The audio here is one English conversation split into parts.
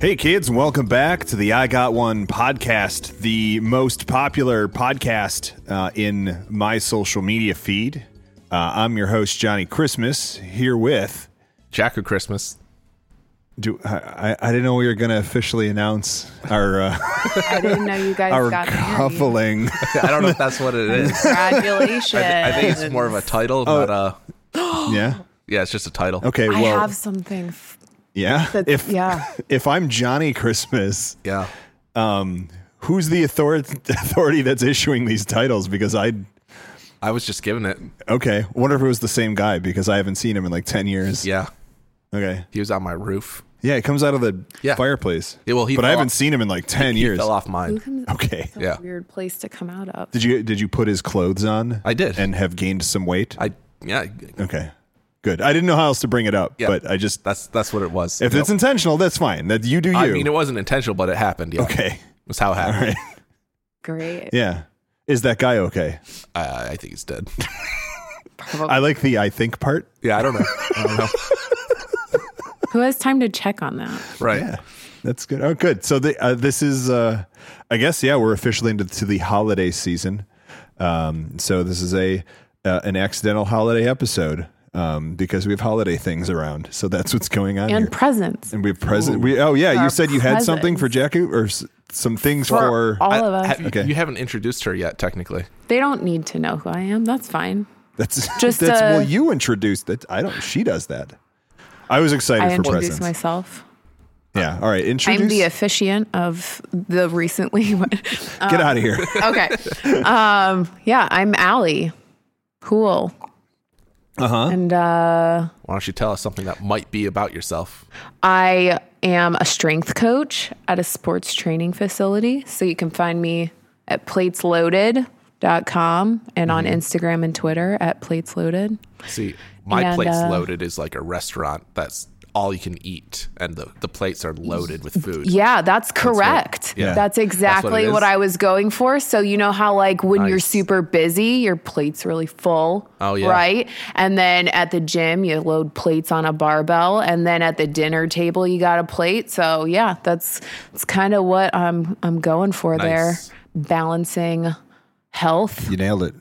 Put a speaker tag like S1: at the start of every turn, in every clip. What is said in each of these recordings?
S1: Hey, kids, and welcome back to the I Got One podcast, the most popular podcast uh, in my social media feed. Uh, I'm your host, Johnny Christmas, here with.
S2: Jack of Christmas.
S1: Do, I, I- I didn't know we were going to officially announce our, uh,
S3: I didn't know you guys
S1: our
S3: got married.
S1: cuffling.
S2: I don't know if that's what it is.
S3: Congratulations.
S2: I think it's more of a title, not a.
S1: yeah.
S2: Yeah, it's just a title.
S1: Okay.
S3: I
S1: Well,
S3: have something. F-
S1: yeah.
S3: that's-
S1: If,
S3: yeah.
S1: if I'm Johnny Christmas,
S2: Yeah.
S1: um, who's the authority, authority that's issuing these titles? Because I
S2: I was just giving it.
S1: Okay. Wonder if it was the same guy because I haven't seen him in like ten years.
S2: Yeah.
S1: Okay.
S2: He was on my roof.
S1: Yeah, it comes out of the
S2: Yeah.
S1: fireplace.
S2: Yeah, well, he
S1: but I
S2: fell
S1: haven't
S2: off-
S1: seen him in like ten years.
S2: Fell off
S3: who
S2: mine.
S3: comes
S1: Okay.
S3: it's a
S2: Yeah.
S3: weird place to come out of.
S1: Did you did you put his clothes on?
S2: I did.
S1: And have gained some weight.
S2: I yeah.
S1: okay. Good. I didn't know how else to bring it up,
S2: Yeah.
S1: but I just
S2: That's that's what it was.
S1: if it's intentional, that's fine. That you do you.
S2: I mean, it wasn't intentional, but it happened. Yeah.
S1: okay.
S2: was how it
S1: All
S2: happened.
S1: right.
S3: Great.
S1: Yeah. Is that guy okay?
S2: Uh, I think he's dead.
S3: Probably.
S1: I like the I think part.
S2: yeah, I don't know. I don't know.
S3: Who has time to check on that?
S2: Right.
S1: Yeah, that's good. Oh, good. So the, uh, this is, uh, I guess, yeah, we're officially into to the holiday season. Um, so this is a uh, an accidental holiday episode um, because we have holiday things around. So that's what's going on
S3: And
S1: here.
S3: presents
S1: And we have present. We oh yeah, you
S3: Our
S1: said you had something
S3: presents.
S1: for Jackie or s- some things
S3: for
S1: for.
S3: all
S2: I-
S3: of us.
S2: have you-
S1: Okay.
S2: You haven't introduced her yet, technically.
S3: they don't need to know who I am. That's fine.
S1: that's
S3: just,
S1: that's
S3: uh,
S1: well, you introduced that. I don't. She does that. I was excited
S3: I
S1: for
S3: introduce
S1: presents.
S3: myself.
S1: yeah. All right. Introduce.
S3: I'm the officiant of the recently.
S1: get
S3: uh,
S1: out of here.
S3: okay. Um, yeah, I'm Allie. Cool.
S1: Uh huh.
S3: And uh,
S2: Why don't you tell us something that might be about yourself?
S3: I am a strength coach at a sports training facility. So you can find me at platesloaded.com and on Instagram and Twitter at platesloaded.
S2: See, my
S3: And,
S2: plate's
S3: uh,
S2: loaded is like a restaurant that's all you can eat, and the, the plates are loaded with food.
S3: Yeah, that's correct.
S2: yeah.
S3: That's exactly
S2: is.
S3: what, I was going for. So you know how like when you're
S2: Nice.
S3: super busy, your plate's really full.
S2: Oh, yeah.
S3: Right? And then at the gym you load plates on a barbell and then at the dinner table you got a plate. So yeah, that's that's kind of what I'm I'm going for
S2: Nice.
S3: there. Balancing health.
S1: You nailed it.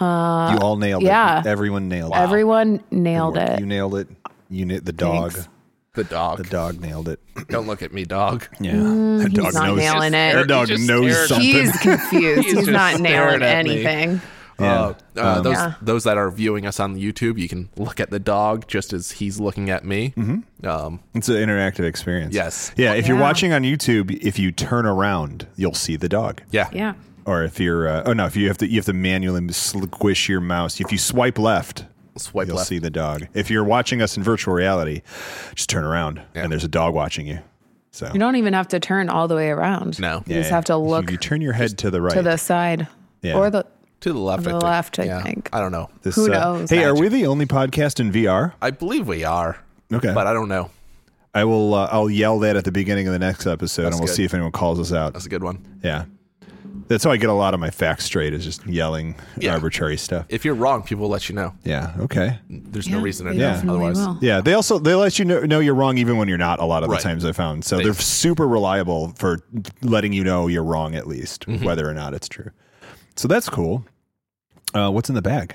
S1: you all nailed
S3: Uh, yeah.
S1: it. Everyone nailed it.
S3: Everyone nailed
S1: work.
S3: it.
S1: You nailed it. You nailed the dog.
S3: Thanks.
S2: The dog.
S1: The dog nailed it.
S2: Don't look at me, dog.
S1: Yeah, the
S3: Mm, he's not nailing it.
S1: That dog
S2: He just
S1: knows
S2: stared.
S1: something.
S3: He's confused.
S2: He's
S3: He's,
S2: just
S3: not
S2: staring
S3: nailing
S2: at me.
S3: anything.
S2: Uh, uh,
S1: Um,
S2: those
S3: Yeah.
S2: those that are viewing us on YouTube, you can look at the dog just as he's looking at me.
S1: Mm-hmm.
S2: Um,
S1: it's an interactive experience.
S2: Yes.
S1: Yeah. If you're
S3: Yeah.
S1: watching on YouTube, if you turn around, you'll see the dog.
S2: yeah,
S3: Yeah.
S1: Or if you're, uh, oh no, if you have to, you have to manually squish your mouse. If you swipe left,
S2: Swipe
S1: you'll
S2: left.
S1: see the dog. If you're watching us in virtual reality, just turn around and there's a dog watching you. So eh,
S3: You don't even have to turn all the way around.
S2: No.
S3: You just have to look
S1: You turn your head to the right.
S3: to the side
S1: Yeah.
S3: or the
S2: To the left.
S3: The
S2: I think.
S3: left, I
S2: Yeah.
S3: think.
S2: I don't know.
S1: This,
S3: who
S1: uh,
S3: knows?
S1: hey, are we the only podcast in VR?
S2: I believe we are.
S1: Okay.
S2: But I don't know.
S1: I will. Uh, I'll yell that at the beginning of the next episode, and we'll
S2: good.
S1: see if anyone calls us out.
S2: That's a good one.
S1: yeah, that's how I get a lot of my facts straight is just yelling
S2: Yeah.
S1: arbitrary stuff.
S2: If you're wrong, people will let you know.
S1: Yeah. Okay.
S2: There's no
S3: Yeah,
S2: reason to
S3: they
S2: know.
S3: definitely
S2: Otherwise,
S3: will.
S1: Yeah. They also they let you know, know you're wrong even when you're not. A lot of
S2: Right.
S1: the times I found so they're super reliable for letting you know you're wrong at least whether or not it's true. So that's cool. Uh, what's in the bag?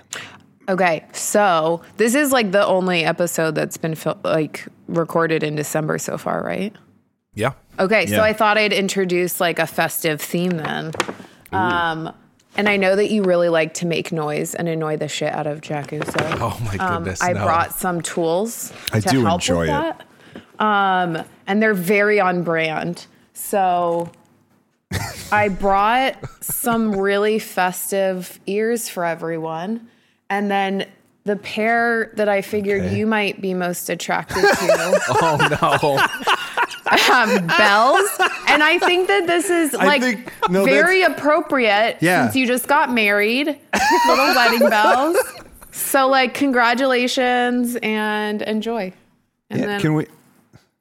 S3: Okay, so this is like the only episode that's been fil- like recorded in December so far, right?
S2: yeah.
S3: Okay,
S1: Yeah.
S3: so I thought I'd introduce like a festive theme then. Um, and I know that you really like to make noise and annoy the shit out of Jacku. So
S2: Oh my
S3: um,
S2: goodness.
S3: I
S2: no.
S3: brought some tools.
S1: I
S3: to
S1: do
S3: help
S1: enjoy
S3: with
S1: it.
S3: That. Um, and they're very on brand. So I brought some really festive ears for everyone. And then the pair that I figured
S1: Okay.
S3: you might be most attracted to
S2: Oh no.
S3: um, bells. And I think that this is like
S1: think- no,
S3: very appropriate
S1: Yeah.
S3: since you just got married. Little wedding bells. So like congratulations and enjoy. And
S1: Yeah,
S3: then
S1: can we?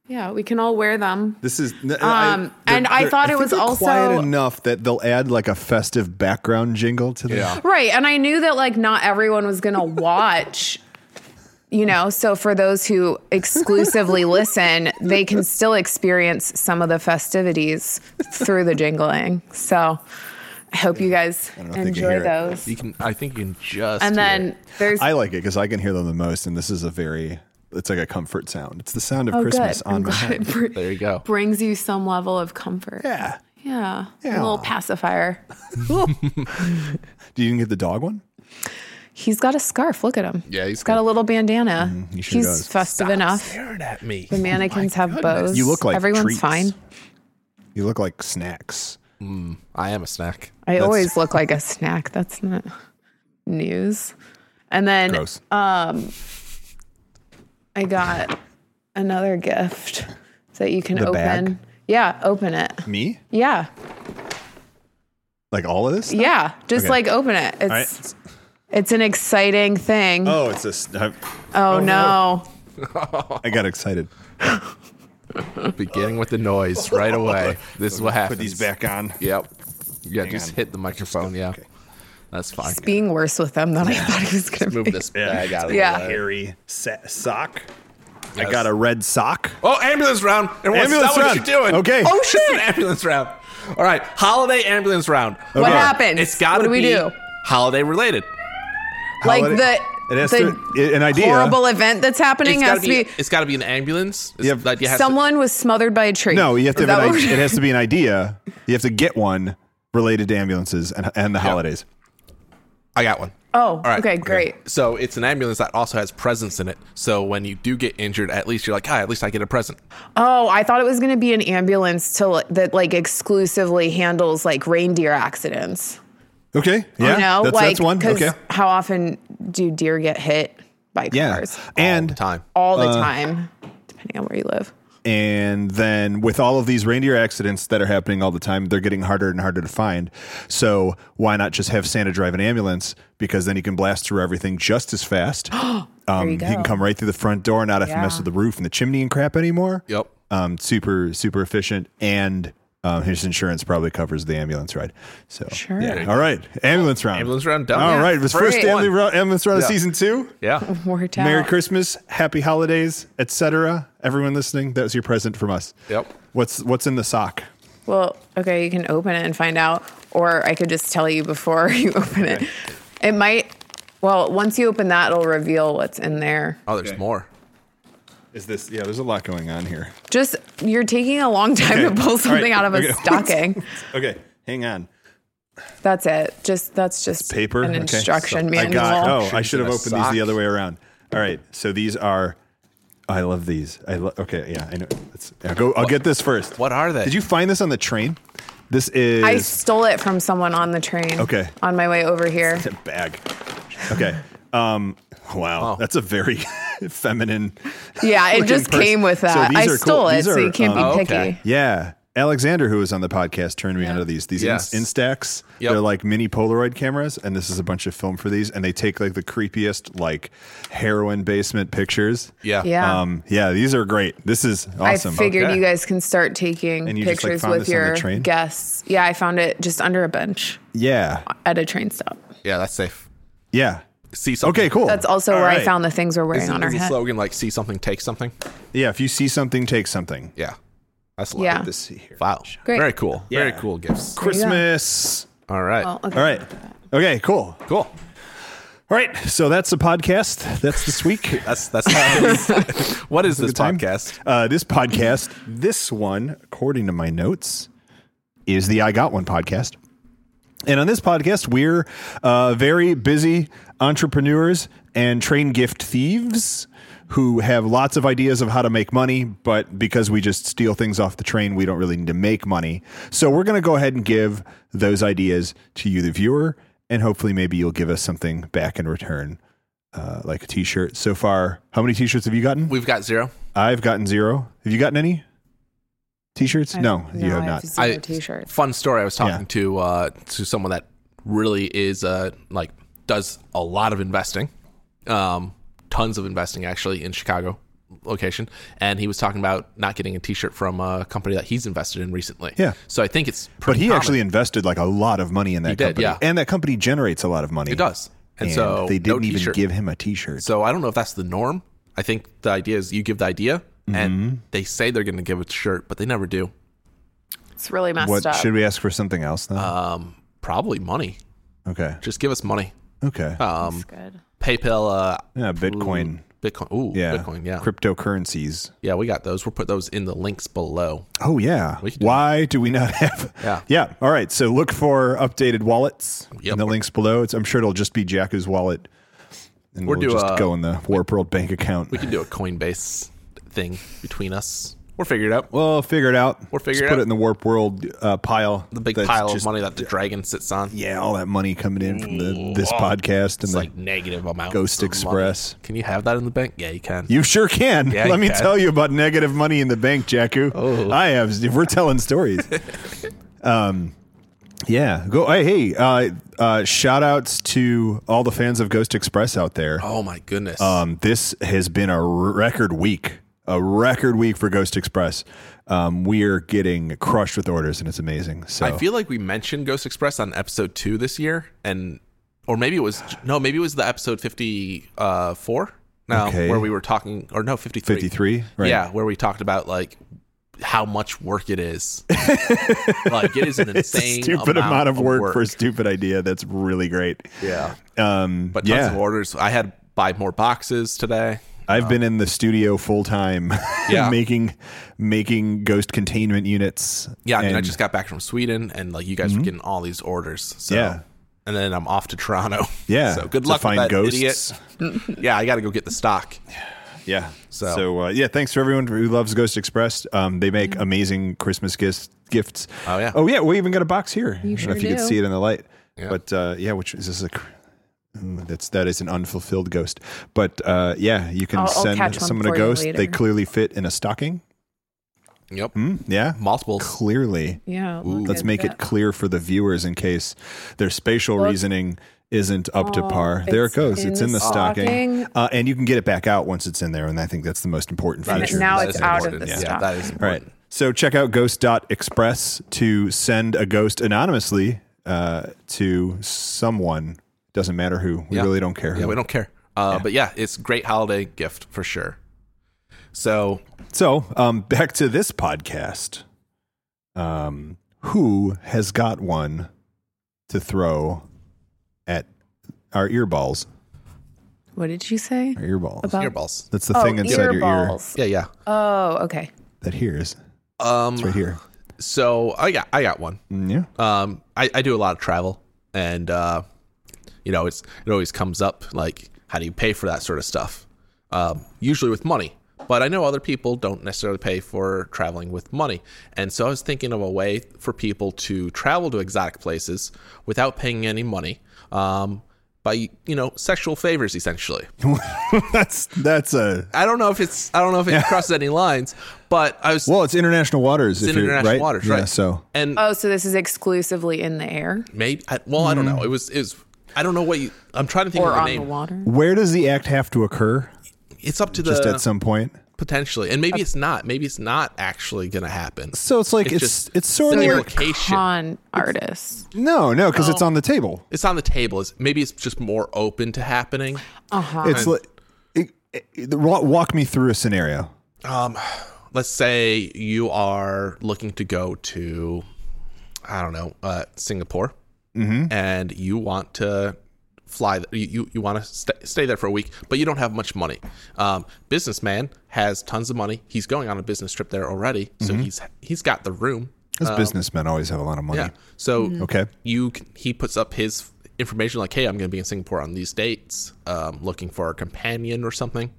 S3: yeah, we can all wear them.
S1: This is um,
S3: Um, and I thought it was also-
S1: quiet enough that they'll add like a festive background jingle to the
S2: Yeah.
S3: Right. And I knew that like not everyone was gonna watch you know, so for those who exclusively listen, they can still experience some of the festivities through the jingling. So I hope you guys
S1: know if they can hear
S3: enjoy
S1: it.
S3: those.
S2: You can. I think you can just.
S3: And
S2: hear
S3: then
S2: it.
S3: there's
S1: I like it because I can hear them the most, and this is a very it's like a comfort sound. It's the sound of
S3: oh,
S1: Christmas
S3: good. I'm
S1: on my
S3: glad
S1: head.
S3: it br-
S2: there you go.
S3: brings you some level of comfort.
S1: Yeah.
S3: Yeah.
S1: Yeah.
S3: A little pacifier.
S1: Do you even get the dog one?
S3: He's got a scarf. Look at him.
S2: Yeah, he's
S3: got
S2: good.
S3: a little bandana.
S1: Mm-hmm. he sure
S3: he's
S1: does. Oh
S3: festive
S2: Stop
S3: enough.
S2: Staring at me.
S3: The mannequins have bows.
S1: You look like
S3: everyone's
S1: treats.
S3: fine.
S1: You look like snacks.
S2: I am a snack.
S3: I always look like a snack. That's not news. And then
S1: Gross.
S3: I got another gift that you can
S1: The
S3: open.
S1: bag?
S3: Yeah, open it.
S1: Me?
S3: Yeah.
S1: Like all of this?
S3: Yeah. Just
S1: Okay.
S3: like open it. It's
S1: All right.
S3: it's an exciting thing. Oh,
S1: Oh, it's this. I,
S3: no.
S1: I got excited.
S2: Beginning with the noise right away. This is what happens.
S1: Put these back on.
S2: Yep. Yeah, just
S1: on.
S2: hit the microphone. Yeah. That's fine.
S3: It's being worse with them than I thought it was gonna
S2: Move
S3: be.
S2: this bag out of
S3: Yeah.
S2: the way.
S1: Hairy sa- sock. I
S2: Yes.
S1: got a red sock.
S2: Oh, ambulance round. Everyone,
S1: Ambulance
S2: stop
S1: round.
S2: what you're doing.
S1: Okay.
S2: Oh, shit. It's an ambulance round. All right. Holiday ambulance round.
S3: What
S1: Okay.
S3: happens?
S2: It's got
S3: what
S2: to
S3: do
S2: be
S3: we do?
S2: holiday related.
S1: Holiday-
S3: Like the,
S1: It has
S3: the
S1: to- an idea.
S3: horrible event that's happening
S2: It's got
S3: has
S2: to
S3: to be,
S2: be, It's got to be an ambulance. It's,
S1: You have-
S2: like, you have to-
S3: someone was smothered by a tree.
S1: No, you have to
S3: Is
S1: have
S3: that
S1: an,
S3: what
S1: i-
S3: we're-
S1: it has to be an idea. You have to get one related to ambulances and, and the holidays.
S2: I got one.
S3: Oh,
S2: All right.
S3: okay, great.
S2: So it's an ambulance that also has presents in it. So when you do get injured, at least you're like, ah, at least I get a present.
S3: Oh, I thought it was going to be an ambulance to li- that like exclusively handles like reindeer accidents.
S1: Okay. Yeah.
S3: you know,
S1: that's,
S3: Oh, like
S1: that's one.
S3: 'cause
S1: Okay.
S3: How often do deer get hit by
S1: Yeah. Uh,
S3: cars?
S1: And
S2: Time.
S3: All the time, depending on where you live.
S1: and then with all of these reindeer accidents that are happening all the time, they're getting harder and harder to find. So why not just have Santa drive an ambulance? Because then he can blast through everything just as fast. um, he
S3: go.
S1: can come right through the front door, and not have to mess
S3: Yeah.
S1: with the roof and the chimney and crap anymore.
S2: Yep.
S1: Um, super super efficient and. Um, his insurance probably covers the ambulance ride. So,
S3: Sure.
S1: yeah. all right, ambulance round.
S2: Ambulance round done.
S1: All right,
S2: Yeah.
S1: it was
S2: Great.
S1: first ambulance round, ambulance round of
S2: Yeah.
S1: season two.
S2: Yeah.
S3: Worked out.
S1: Merry Christmas, Happy Holidays, etc. Everyone listening, that was your present from us.
S2: Yep.
S1: What's what's in the sock?
S3: Well, okay, you can open it and find out, or I could just tell you before you open it. It might. Well, once you open that, it'll reveal what's in there.
S2: Oh, there's
S1: Okay.
S2: more.
S1: Is this? Yeah, there's a lot going on here.
S3: Just you're taking a long time
S1: Okay.
S3: to pull something
S1: All right.
S3: out of a
S1: Okay.
S3: stocking.
S1: Okay, hang on.
S3: That's it. Just that's just
S1: Paper.
S3: an
S1: okay.
S3: instruction
S1: I
S3: manual.
S1: got. Oh, I should have
S2: in a
S1: opened these the
S2: sock.
S1: other way around. All right. So these are. I love these. I love. Okay. Yeah. I know. Let's yeah, go. I'll get this first.
S2: What are they?
S1: Did you find this on the train? This is.
S3: I stole it from someone on the train.
S1: Okay.
S3: On my way over here.
S1: It's a bag. Okay. Um. Wow. That's a very feminine.
S3: Yeah, it
S1: Looking
S3: just
S1: person.
S3: came with
S1: So
S3: that.
S1: these
S3: I
S1: are cool.
S3: stole it,
S1: These
S3: so
S1: are,
S3: you
S1: um,
S3: can't be
S2: okay.
S3: picky.
S1: Yeah. Alexander, who was on the podcast, turned me onto these. These
S2: Yes.
S1: in- Instax.
S2: Yep.
S1: They're like mini Polaroid cameras, and this is a bunch of film for these. And they take like the creepiest, like heroin basement pictures.
S2: Yeah.
S3: Yeah.
S1: Um, yeah, these are great. This is awesome.
S3: I figured
S2: Okay.
S3: you guys can start taking
S1: And you just, like,
S3: pictures
S1: found
S3: with
S1: this on the
S3: your
S1: train?
S3: guests. Yeah, I found it just under a bench
S1: yeah.
S3: at a train stop.
S2: Yeah, that's safe.
S1: Yeah.
S2: See something.
S1: Okay, cool.
S3: That's also
S1: All
S3: where I
S1: right.
S3: found the things we're wearing
S2: Is,
S3: on
S2: is
S3: our
S2: the
S3: head.
S2: slogan like "See something, take something"?
S1: Yeah, if you see something, take something.
S2: Yeah, that's a lot.
S3: Yeah.
S1: Let's see here.
S2: Wow.
S3: Great.
S2: Very cool. Very
S1: Yeah.
S2: cool gifts.
S1: Christmas.
S2: All right.
S3: Well, okay.
S1: All right. Okay, cool.
S2: Cool.
S1: All right. So that's the podcast. That's this week.
S2: That's that's how it is. what is this
S1: time.
S2: podcast?
S1: Uh, this podcast, this one, according to my notes, is the I Got One podcast. And on this podcast, we're uh, very busy entrepreneurs and train gift thieves who have lots of ideas of how to make money, but because we just steal things off the train, we don't really need to make money. So we're going to go ahead and give those ideas to you, the viewer, and hopefully maybe you'll give us something back in return. Uh, like a t-shirt so far how many t-shirts have you gotten
S2: We've got zero.
S1: I've gotten zero. Have you gotten any t-shirts? no, you have
S3: I
S1: not.
S3: zero
S2: I-
S3: t-shirts.
S2: Fun story. I was talking
S1: Yeah.
S2: to uh, to someone that really is uh, like does a lot of investing, um, tons of investing actually in Chicago location, and he was talking about not getting a T-shirt from a company that he's invested in recently.
S1: Yeah.
S2: So I think it's
S1: But
S2: pretty
S1: he
S2: common.
S1: actually invested like a lot of money in that
S2: did,
S1: company,
S2: yeah.
S1: and that company generates a lot of money.
S2: It does. And, so
S1: they didn't
S2: no
S1: even
S2: t-shirt.
S1: give him a T-shirt.
S2: So I don't know if that's the norm. I think the idea is you give the idea,
S1: Mm-hmm.
S2: and they say they're going to give a shirt, but they never do.
S3: It's really messed
S1: what
S3: up.
S1: should we ask for something else then?
S2: Uh, Probably money.
S1: okay,
S2: Just give us money.
S1: okay,
S2: Um,
S3: Good.
S2: PayPal. Uh,
S1: yeah, Bitcoin,
S2: Bitcoin. Ooh,
S1: yeah,
S2: Bitcoin. Yeah,
S1: cryptocurrencies.
S2: yeah. We got those. We'll put those in the links below.
S1: Oh yeah.
S2: can do
S1: Why do we not have?
S2: Yeah.
S1: Yeah. All right. So look for updated wallets
S2: Yep.
S1: in the links below. It's, I'm sure it'll just be Jacku's wallet, and
S2: We'll
S1: we'll,
S2: do
S1: just
S2: a-
S1: go in the Warp World bank account.
S2: We can do a Coinbase thing between us. We'll figure it out.
S1: Well, figure it out.
S2: We'll figure
S1: Just
S2: it
S1: put
S2: out.
S1: it in the Warp World uh, pile.
S2: The big
S1: That's
S2: pile
S1: just-
S2: of money that the dragon sits on.
S1: Yeah, all that money coming in from the this podcast and
S2: It's
S1: the,
S2: like negative amount.
S1: Ghost Express.
S2: Can you have that in the bank? Yeah, you can.
S1: you sure can.
S2: Yeah,
S1: Let
S2: you
S1: me
S2: can.
S1: tell you about negative money in the bank, Jacku. Oh, I have. If we're telling stories. um, yeah. Go. Hey, hey. Uh, uh, shout outs to all the fans of Ghost Express out there.
S2: oh my goodness.
S1: Um, this has been a record week, a record week for Ghost Express. Um, we are getting crushed with orders, and it's amazing. So
S2: I feel like we mentioned Ghost Express on episode two this year, and or maybe it was no, maybe it was the episode fifty uh, four. No,
S1: Okay.
S2: where we were talking, or no, fifty three.
S1: 53, right?
S2: Yeah, where we talked about like how much work it is. like it is an
S1: It's a
S2: insane
S1: stupid amount of work, for a
S2: work.
S1: stupid idea. That's really great.
S2: yeah,
S1: Um,
S2: but tons
S1: yeah,
S2: of orders. I had to buy more boxes today.
S1: I've been in the studio full time,
S2: Yeah.
S1: making making ghost containment units.
S2: Yeah, I mean, I
S1: And- Mm-hmm.
S2: just got back from Sweden, and like you guys were getting all these orders. So.
S1: Yeah.
S2: And then I'm off to Toronto.
S1: yeah.
S2: So good
S1: to
S2: luck
S1: find
S2: with that
S1: ghosts.
S2: idiot. Yeah, I got to go get the stock.
S1: Yeah.
S2: So-
S1: So, uh, yeah, thanks for everyone who loves Ghost Express. Um, they
S3: Mm-hmm.
S1: make amazing Christmas gifts. Gifts.
S2: Oh, yeah.
S1: Oh yeah. We even got a box here. I don't
S3: sure
S1: know if you
S3: do.
S1: can see it in the light.
S2: Yeah.
S1: But uh, yeah, which is this a. cr- Ooh, That's that is an unfulfilled ghost, but uh, yeah, you can
S3: I'll- I'll
S1: send
S3: catch one
S1: someone a
S3: for you
S1: ghost.
S3: later.
S1: They clearly fit in a stocking.
S2: Yep.
S1: Hmm? Yeah,
S2: Multiple.
S1: clearly.
S3: Yeah.
S1: Let's make it clear for the viewers in case their spatial reasoning isn't up to
S3: Oh,
S1: par. There it
S3: it's
S1: goes.
S3: in
S1: it's in
S3: the
S1: the stocking,
S3: stocking.
S1: Uh, and you can get it back out once it's in there. And I think that's the most important
S3: And
S1: feature.
S3: it- now
S1: That
S2: That
S3: it's
S2: is
S1: is
S3: out of
S1: important.
S2: important.
S3: the
S2: yeah,
S3: stock.
S2: That is
S1: All right.
S2: important.
S1: So check out ghost.express to send a ghost anonymously uh, to someone. Doesn't matter who. We
S2: Yeah.
S1: really don't care who.
S2: Yeah, we don't care. Uh, But yeah, it's great holiday gift for sure. So
S1: So um, back to this podcast. Um, who has got one to throw at our earballs?
S3: What did you say?
S1: Our earballs.
S3: About-
S2: your balls.
S1: That's the thing inside your ear
S3: Oh, earballs.
S2: Yeah, yeah.
S3: Oh, okay.
S1: that hears
S2: Um,
S1: right here.
S2: so I got I got one.
S1: Mm, yeah.
S2: Um, I, I do a lot of travel, and uh, you know, it's it always comes up like how do you pay for that sort of stuff? Um, usually with money, but I know other people don't necessarily pay for traveling with money, and so I was thinking of a way for people to travel to exotic places without paying any money. Um, by you know sexual favors essentially
S1: that's that's a
S2: I don't know if it's I don't know if it crosses any lines, but I was
S1: well. It's international waters.
S2: in
S1: if you're-
S2: international
S1: right?
S2: waters,
S1: Yeah,
S2: right?
S1: So
S2: and
S3: Oh, so this is exclusively in the air
S2: maybe I, well I don't know. It was it was I don't know what you, I'm trying to think
S3: or
S2: of the
S3: on the
S2: name.
S3: water?
S1: where does the act have to occur?
S2: it's up to
S1: Just
S2: the
S1: at some point.
S2: potentially, and maybe it's not. Maybe it's not actually going to happen.
S1: So it's like
S2: It's
S1: it's
S2: just-
S1: it's, sort
S2: the
S1: of
S3: They're
S1: like,
S2: implication.
S3: con artists.
S1: no no because it's on the table.
S2: It's on the table. It's, maybe it's just more open to happening.
S1: It's like it, it, wa- walk me through a scenario.
S2: Um, Let's say you are looking to go to, I don't know, uh, Singapore, and you want to fly. th- You you, you want to st- stay there for a week, but you don't have much money. Um, businessman has tons of money. He's going on a business trip there already, so he's he's got the room.
S1: Because businessmen always have a lot of money.
S2: Um, Yeah. So
S1: Okay.
S2: you c- he puts up his information like, hey, I'm going to be in Singapore on these dates, um, looking for a companion or something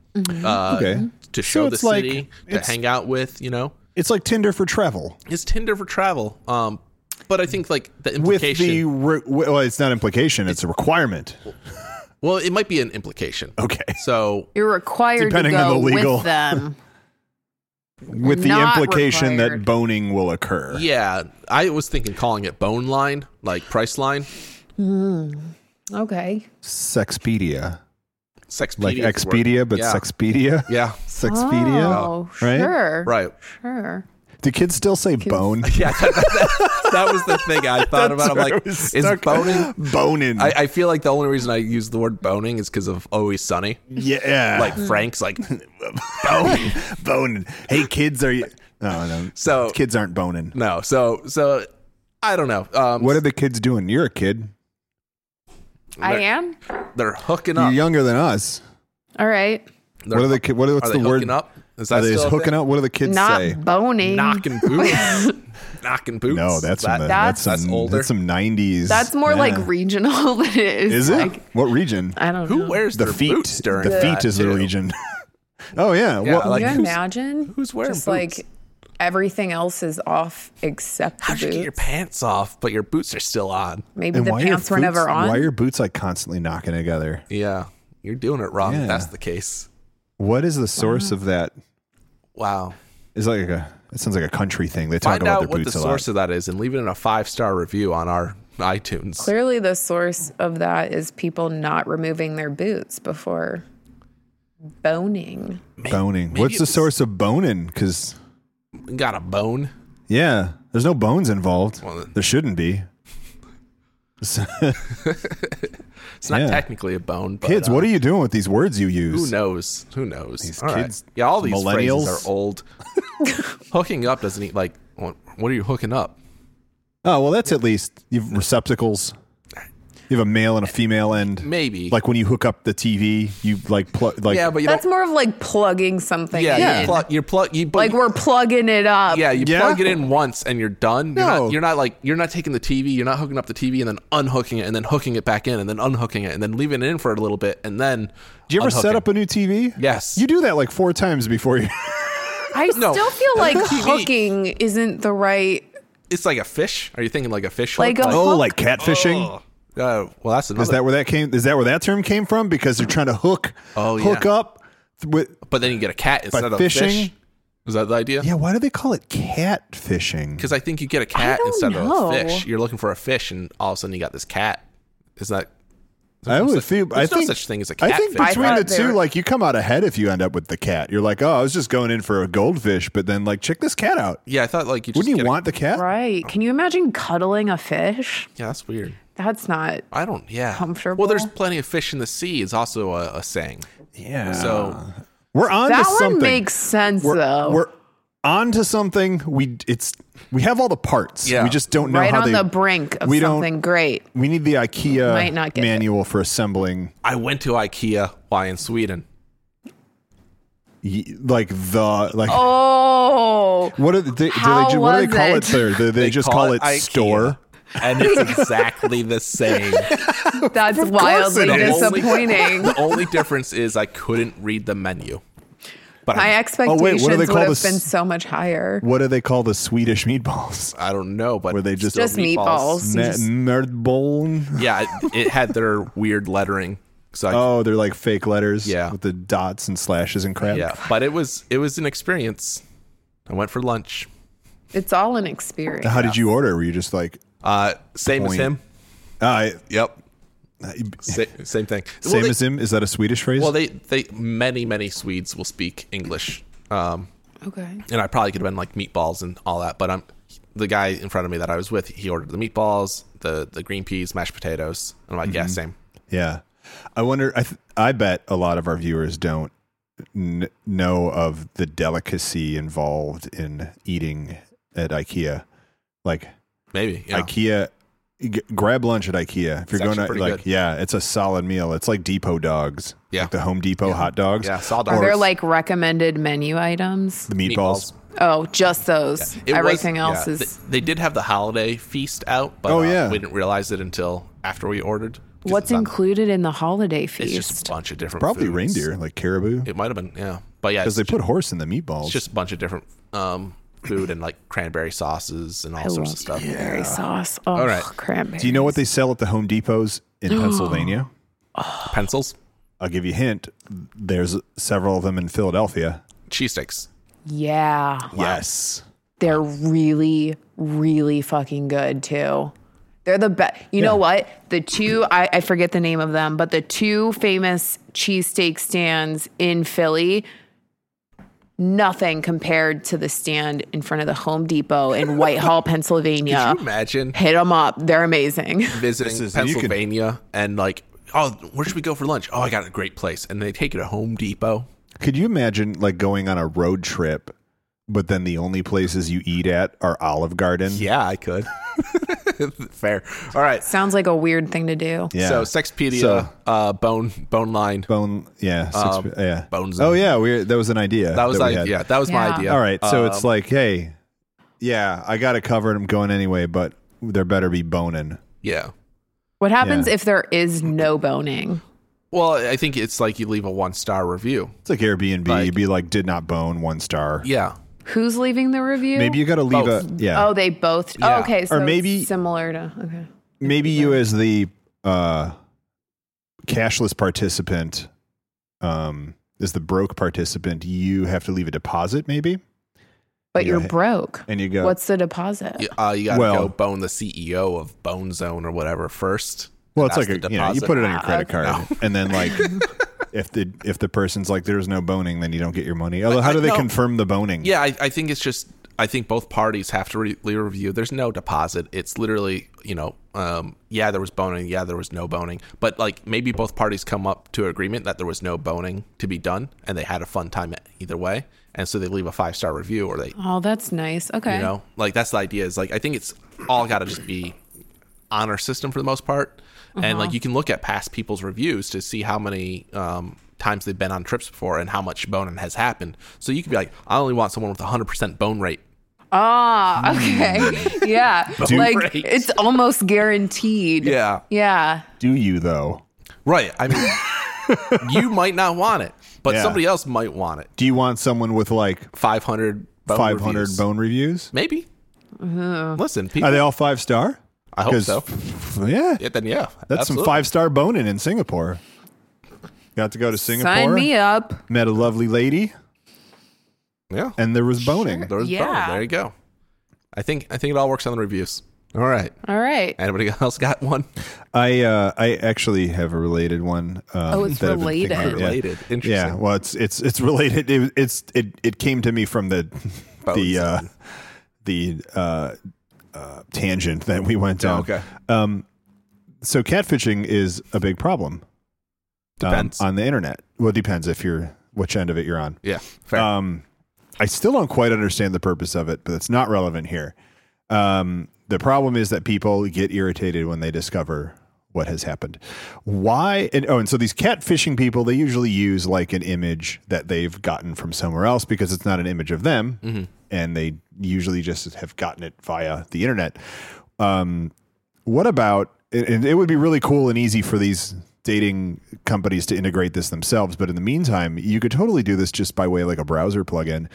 S2: uh,
S1: Okay.
S2: to show the
S1: it's like-
S2: city to
S1: it's-
S2: hang out with. You know,
S1: It's like Tinder for travel
S2: it's Tinder for travel. Um, but I think like the
S1: with the
S2: implication.
S1: re- well, it's not implication; it's a requirement.
S2: well, it might be an implication.
S1: Okay,
S2: So
S3: You're required
S1: Depending
S3: to
S1: on
S3: go
S1: the legal-
S3: with them.
S1: with the
S3: Not
S1: implication
S3: required.
S1: that boning will occur.
S2: yeah, I was thinking calling it Bone Line, like Price Line,
S3: Okay.
S1: Sexpedia,
S2: Sexpedia,
S1: like
S2: is the word.
S1: Expedia, but
S2: yeah.
S1: Sexpedia,
S2: Yeah,
S1: Sexpedia.
S3: Oh,
S1: right?
S3: sure.
S2: right.
S3: Sure.
S1: Do kids still say bone?
S2: Yeah, that, that- that was the thing I thought about. I'm
S1: Sorry, I
S2: like,
S1: was
S2: is
S1: stuck.
S2: boning?
S1: Boning.
S2: I, I feel like the only reason I use the word boning is because of Always Sunny.
S1: yeah.
S2: Like Frank's like
S1: boning. boning. Hey, kids, are you? No, no.
S2: So- Mm.
S1: kids aren't boning.
S2: no. So so I don't know. Um,
S1: What are the kids doing? You're a kid.
S3: I am.
S2: they're hooking
S1: You're
S2: up.
S1: younger than us.
S3: All right.
S2: They're
S1: What are the ki- what, what's
S2: are
S1: the
S2: they
S1: word?
S2: hooking up? Is
S1: Are
S2: that
S1: they
S2: still
S1: just
S2: a thing?
S1: hooking up? What do the kids
S3: Not
S1: say?
S3: boning.
S2: Knocking boots. knocking boots.
S1: No, that's from
S2: That-
S1: the,
S3: that's-
S1: that's some,
S2: that's older.
S1: That's some nineties.
S3: That's more
S1: Yeah.
S3: like regional than it is.
S1: Is it?
S3: Like,
S1: what region?
S3: I don't know.
S2: who wears
S1: The
S2: their
S1: feet.
S2: boots during
S1: The
S2: that,
S1: feet is the
S2: too?
S1: region. oh yeah.
S2: Yeah,
S1: Well,
S2: like-
S3: Can you
S2: who's-
S3: imagine?
S2: who's wearing
S3: Just
S2: boots?
S3: like everything else is off except the
S2: How'd you
S3: boots.
S2: get your pants off, but your boots are still on?
S3: Maybe
S1: and
S3: the
S1: why are
S3: pants were
S1: boots-
S3: never on.
S1: Why are your boots like constantly knocking together?
S2: Yeah, you're doing it wrong.
S1: Yeah.
S2: If that's the case.
S1: What is the source of that?
S2: Wow.
S1: It's like a. It sounds like a country thing. They talk
S2: Find
S1: about
S2: out
S1: their
S2: what the
S1: boots a lot.
S2: source of that is and leave it in a five star review on our iTunes.
S3: Clearly, the source of that is people not removing their boots before boning.
S1: Boning. What's the
S2: it's-
S1: source of boning? Because
S2: Got a bone.
S1: yeah, there's no bones involved.
S2: Well,
S1: there shouldn't be.
S2: It's not
S1: Yeah.
S2: technically a bone. But,
S1: Kids,
S2: uh,
S1: what are you doing with these words you
S2: Who
S1: use?
S2: knows? Who knows?
S1: These
S2: All right.
S1: kids,
S2: Yeah, all these
S1: millennials.
S2: phrases are old. hooking up doesn't eat like. What what are you hooking up?
S1: Oh well, that's at least you've receptacles. You have a male and a female end.
S2: Maybe.
S1: like when you hook up the TV, you like plug like
S2: yeah, but you
S3: That's
S2: don't.
S3: more of like plugging something
S2: Yeah,
S3: in.
S2: you're plug. You're plug. You, but
S3: like
S2: you-
S3: we're plugging it up.
S2: Yeah, you
S1: Yeah.
S2: plug it in once and you're done. You're,
S1: No.
S2: not, you're not like you're not taking the TV. You're not hooking up the TV and then unhooking it and then hooking it back in and then unhooking it and then leaving it in for a little bit and then.
S1: Do you ever set
S2: unhooking.
S1: up a new TV?
S2: Yes.
S1: You do that like four times before you.
S3: I
S2: No.
S3: still feel like
S2: TV.
S3: hooking isn't the right.
S2: It's like a fish. Are you thinking like a fish? hook?
S3: Like a-
S1: Oh,
S3: Hook?
S1: like catfishing.
S2: Uh, well, that's another.
S1: Is that where that came? Is that where that term came from? Because they're trying to hook,
S2: Oh, yeah.
S1: hook up th- with.
S2: but then you get a cat instead of a
S1: fishing?
S2: fish. Is that the idea?
S1: Yeah, why do they call it catfishing?
S2: Because I think you get a cat
S3: don't
S2: instead
S3: know.
S2: of a fish. You're looking for a fish, and all of a sudden you got this cat. Is that
S1: I would feel. I
S2: there's no
S1: think
S2: such thing as a
S1: I think
S2: catfish,
S1: between
S3: right?
S1: the
S3: I
S1: two,
S3: thought
S1: like you come out ahead if you end up with the cat. You're like, oh, I was just going in for a goldfish, but then like check this cat out.
S2: yeah? I thought like you just
S1: Wouldn't you
S2: get a-
S1: want the cat?
S3: Right. Can you imagine cuddling a fish?
S2: yeah, that's weird.
S3: That's not.
S2: I don't. Yeah,
S3: Comfortable?
S2: Well, there's plenty of fish in the sea. Is also a, a saying.
S1: Yeah.
S2: So
S1: we're on
S3: That
S1: to
S3: one
S1: something.
S3: makes sense
S1: we're,
S3: though.
S1: we're on to something. We it's we have all the parts.
S2: Yeah.
S1: We just don't know
S3: right
S1: how
S3: on
S1: they,
S3: the brink of
S1: we don't-
S3: something great.
S1: We need the IKEA
S3: Might not get it.
S1: manual for assembling
S2: I went to IKEA. Why in Sweden?
S1: y- like the like
S3: Oh,
S1: what are the, they, do
S3: How
S1: they do, what do they
S3: was
S1: call it
S3: it?
S1: there? Do they, just call, it
S2: IKEA,
S1: store?
S2: and it's exactly the same.
S3: that's wildly
S1: it is.
S3: disappointing.
S2: The only difference is I couldn't read the menu. But
S3: My
S2: I,
S3: expectations
S1: Oh, what do they call
S3: would have
S1: this?
S3: been so much higher.
S1: What do they call the Swedish meatballs?
S2: I don't know. But
S1: Were they just-
S2: still
S3: Just meatballs. You
S1: Ma-
S3: just-
S1: Nerdbone?
S2: yeah, it, it had their weird lettering. So I,
S1: Oh, they're like fake letters
S2: Yeah.
S1: with the dots and slashes and crap.
S2: yeah, but it was it was an experience. I went for lunch.
S3: It's all an experience.
S1: How did you order? Were you just like,
S2: Uh, same
S1: Point.
S2: as him.
S1: uh,
S2: Yep.
S1: same
S2: Sa- same thing. well,
S1: as
S2: they,
S1: him? Is that a Swedish phrase?
S2: Well, they they many many Swedes will speak English. Um,
S1: Uh-huh.
S3: Okay.
S2: and I probably could have been like meatballs and all that, but I'm the guy in front of me that I was with. He ordered the meatballs, the the green peas, mashed potatoes, and I'm like,
S1: Mm-hmm.
S2: yeah, same.
S1: Yeah, I wonder. I th- I bet a lot of our viewers don't n- know of the delicacy involved in eating at IKEA. Like
S2: Maybe yeah.
S1: IKEA, g- grab lunch at IKEA if you're going to
S2: actually pretty
S1: like
S2: good.
S1: yeah, it's a solid meal. It's like Depot dogs,
S2: Yeah.
S1: like the Home Depot hot dogs.
S2: Yeah, saw
S3: Are
S2: dogs.
S3: there like recommended menu items?
S1: the meatballs.
S2: meatballs.
S3: Oh, just those.
S2: It was-
S3: Everything else
S2: yeah,
S3: is.
S2: They, they did have the holiday feast out, but
S1: Oh,
S2: uh,
S1: yeah.
S2: we didn't realize it until after we ordered. 'cause
S3: What's
S2: it's on-
S3: included in the holiday
S2: It's
S3: feast?
S2: just a bunch of different.
S1: Probably
S2: foods.
S1: reindeer, like caribou,
S2: It might have been, yeah. But yeah,
S1: because
S2: it's,
S1: they put horse in the meatballs.
S2: it's just a bunch of different um, food and like cranberry sauces and all
S3: I
S2: sorts
S3: love
S2: of stuff.
S3: Cranberry sauce. Oh,
S2: right.
S3: cranberry.
S1: Do you know what they sell at the Home Depots in Pennsylvania?
S2: Pencils,
S1: I'll give you a hint. There's several of them in Philadelphia.
S2: cheesesteaks.
S3: Yeah.
S1: Yes.
S3: They're really, really fucking good too. They're the best. You know
S1: Yeah.
S3: what? The two, I, I forget the name of them, but the two famous cheesesteak stands in Philly nothing compared to the stand in front of the Home Depot in Whitehall, Pennsylvania.
S2: Could you imagine
S3: Hit them up. They're amazing.
S2: visiting
S1: is- you could-
S2: Pennsylvania and like, oh, where should we go for lunch? Oh, I got a great place, and they take you to Home Depot.
S1: Could you imagine like going on a road trip, but then the only places you eat at are Olive Garden?
S2: Yeah, I could. Fair. All right.
S3: Sounds like a weird thing to do.
S1: Yeah.
S2: So Sexpedia,
S1: So-
S2: uh, bone bone line.
S1: Bone. Yeah. Six, yeah.
S2: Um, Bones
S1: Oh
S2: and-
S1: yeah. We that was an idea.
S2: that was
S1: we
S2: like
S1: had.
S2: yeah, that was my
S3: Yeah.
S2: idea.
S1: All right. So
S2: Uh,
S1: it's like, hey, yeah, I got it covered. I'm going anyway, but there better be boning.
S2: yeah.
S3: What happens
S1: Yeah.
S3: if there is no boning?
S2: Well, I think it's like you leave a one star review.
S1: It's like Airbnb.
S2: Like-
S1: You'd be like, did not bone one star.
S2: Yeah.
S3: Who's leaving the review?
S1: Maybe you got to leave a
S2: Both.
S1: yeah.
S3: Oh, they both.
S2: Yeah.
S3: Oh, okay. So
S1: maybe-
S3: maybe similar to. Okay.
S1: maybe you as the uh cashless participant um as the broke participant you have to leave a deposit maybe
S3: But
S1: You
S3: you're
S1: go-
S3: broke.
S1: and you go
S3: What's the deposit?
S2: You- Uh, you gotta
S1: Well-
S2: go bone the CEO of Bone Zone or whatever first.
S1: well it's like
S2: That's
S1: a,
S2: the
S1: you, know, you
S2: deposit.
S1: put it on your
S3: Ah,
S1: credit card and then like if the if the person's like there's no boning then you don't get your money although how do they
S2: no.
S1: confirm the boning
S2: Yeah, I, I think it's just I think both parties have to re- review. There's no deposit. It's literally you know, um, yeah, there was boning. Yeah, there was no boning. But like maybe both parties come up to agreement that there was no boning to be done, and they had a fun time either way, and so they leave a five star review or they
S3: Oh, that's nice. Okay.
S2: You know, like that's the idea. Is like I think it's all got to just be honor system for the most part, and like you can look at past people's reviews to see how many um, times they've been on trips before and how much boning has happened. So you could be like, I only want someone with a hundred percent bone rate.
S3: Ah, okay. yeah. like
S2: Right.
S3: it's almost guaranteed.
S2: Yeah.
S3: Yeah.
S1: do you though
S2: Right. I mean, you might not want it, but
S1: Yeah.
S2: somebody else might want it.
S1: do you want someone with like
S2: Five hundred.
S1: 500 bone reviews
S2: Maybe. Listen, people.
S1: are they all five star
S2: I hope so.
S1: yeah
S2: Yeah, then yeah,
S1: that's some
S2: absolutely.
S1: five star boning in singapore got to go to singapore
S3: Sign me up.
S1: met a lovely lady
S2: Yeah,
S1: and there was boning.
S2: there was
S3: Yeah.
S2: bone. There you go. I think I think it all works on the reviews. All right.
S3: All right.
S2: Anybody else got one?
S1: I uh, I actually have a related one. Um,
S3: Oh, it's
S1: that I've been thinking
S3: related.
S1: about, yeah.
S2: Related. Interesting.
S1: Yeah, well, it's it's it's related. It, it's it it came to me from the the
S2: Oh,
S1: uh, the uh, uh, tangent that we went down.
S2: okay.
S1: So catfishing is a big problem. um,
S2: Depends.
S1: on the internet. Well, it depends if you're which end of it you're on.
S2: yeah. Fair.
S1: Um, I still don't quite understand the purpose of it, but it's not relevant here. Um, the problem is that people get irritated when they discover what has happened. Why? And oh, and so these catfishing people, they usually use like an image that they've gotten from somewhere else because it's not an image of them. And they usually just have gotten it via the internet. Um, what about and it would be really cool and easy for these dating companies to integrate this themselves but in the meantime you could totally do this just by way of like a browser plugin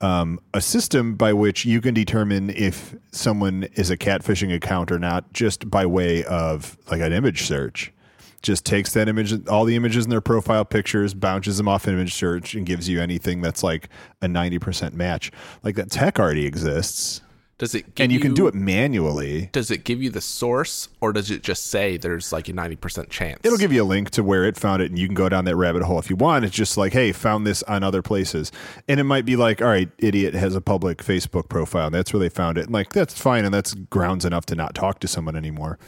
S1: um, a system by which you can determine if someone is a catfishing account or not just by way of like an image search just takes that image all the images in their profile pictures bounces them off image search and gives you anything that's like a 90% match like that tech already exists
S2: does it give
S1: and you can do it manually
S2: Does it give you the source, or does it just say there's like a ninety percent chance?
S1: It'll give you a link to where it found it, and you can go down that rabbit hole if you want. It's just like, hey, found this on other places, and it might be like, all right, idiot has a public Facebook profile, and that's where they found it, and like that's fine, and that's grounds enough to not talk to someone anymore.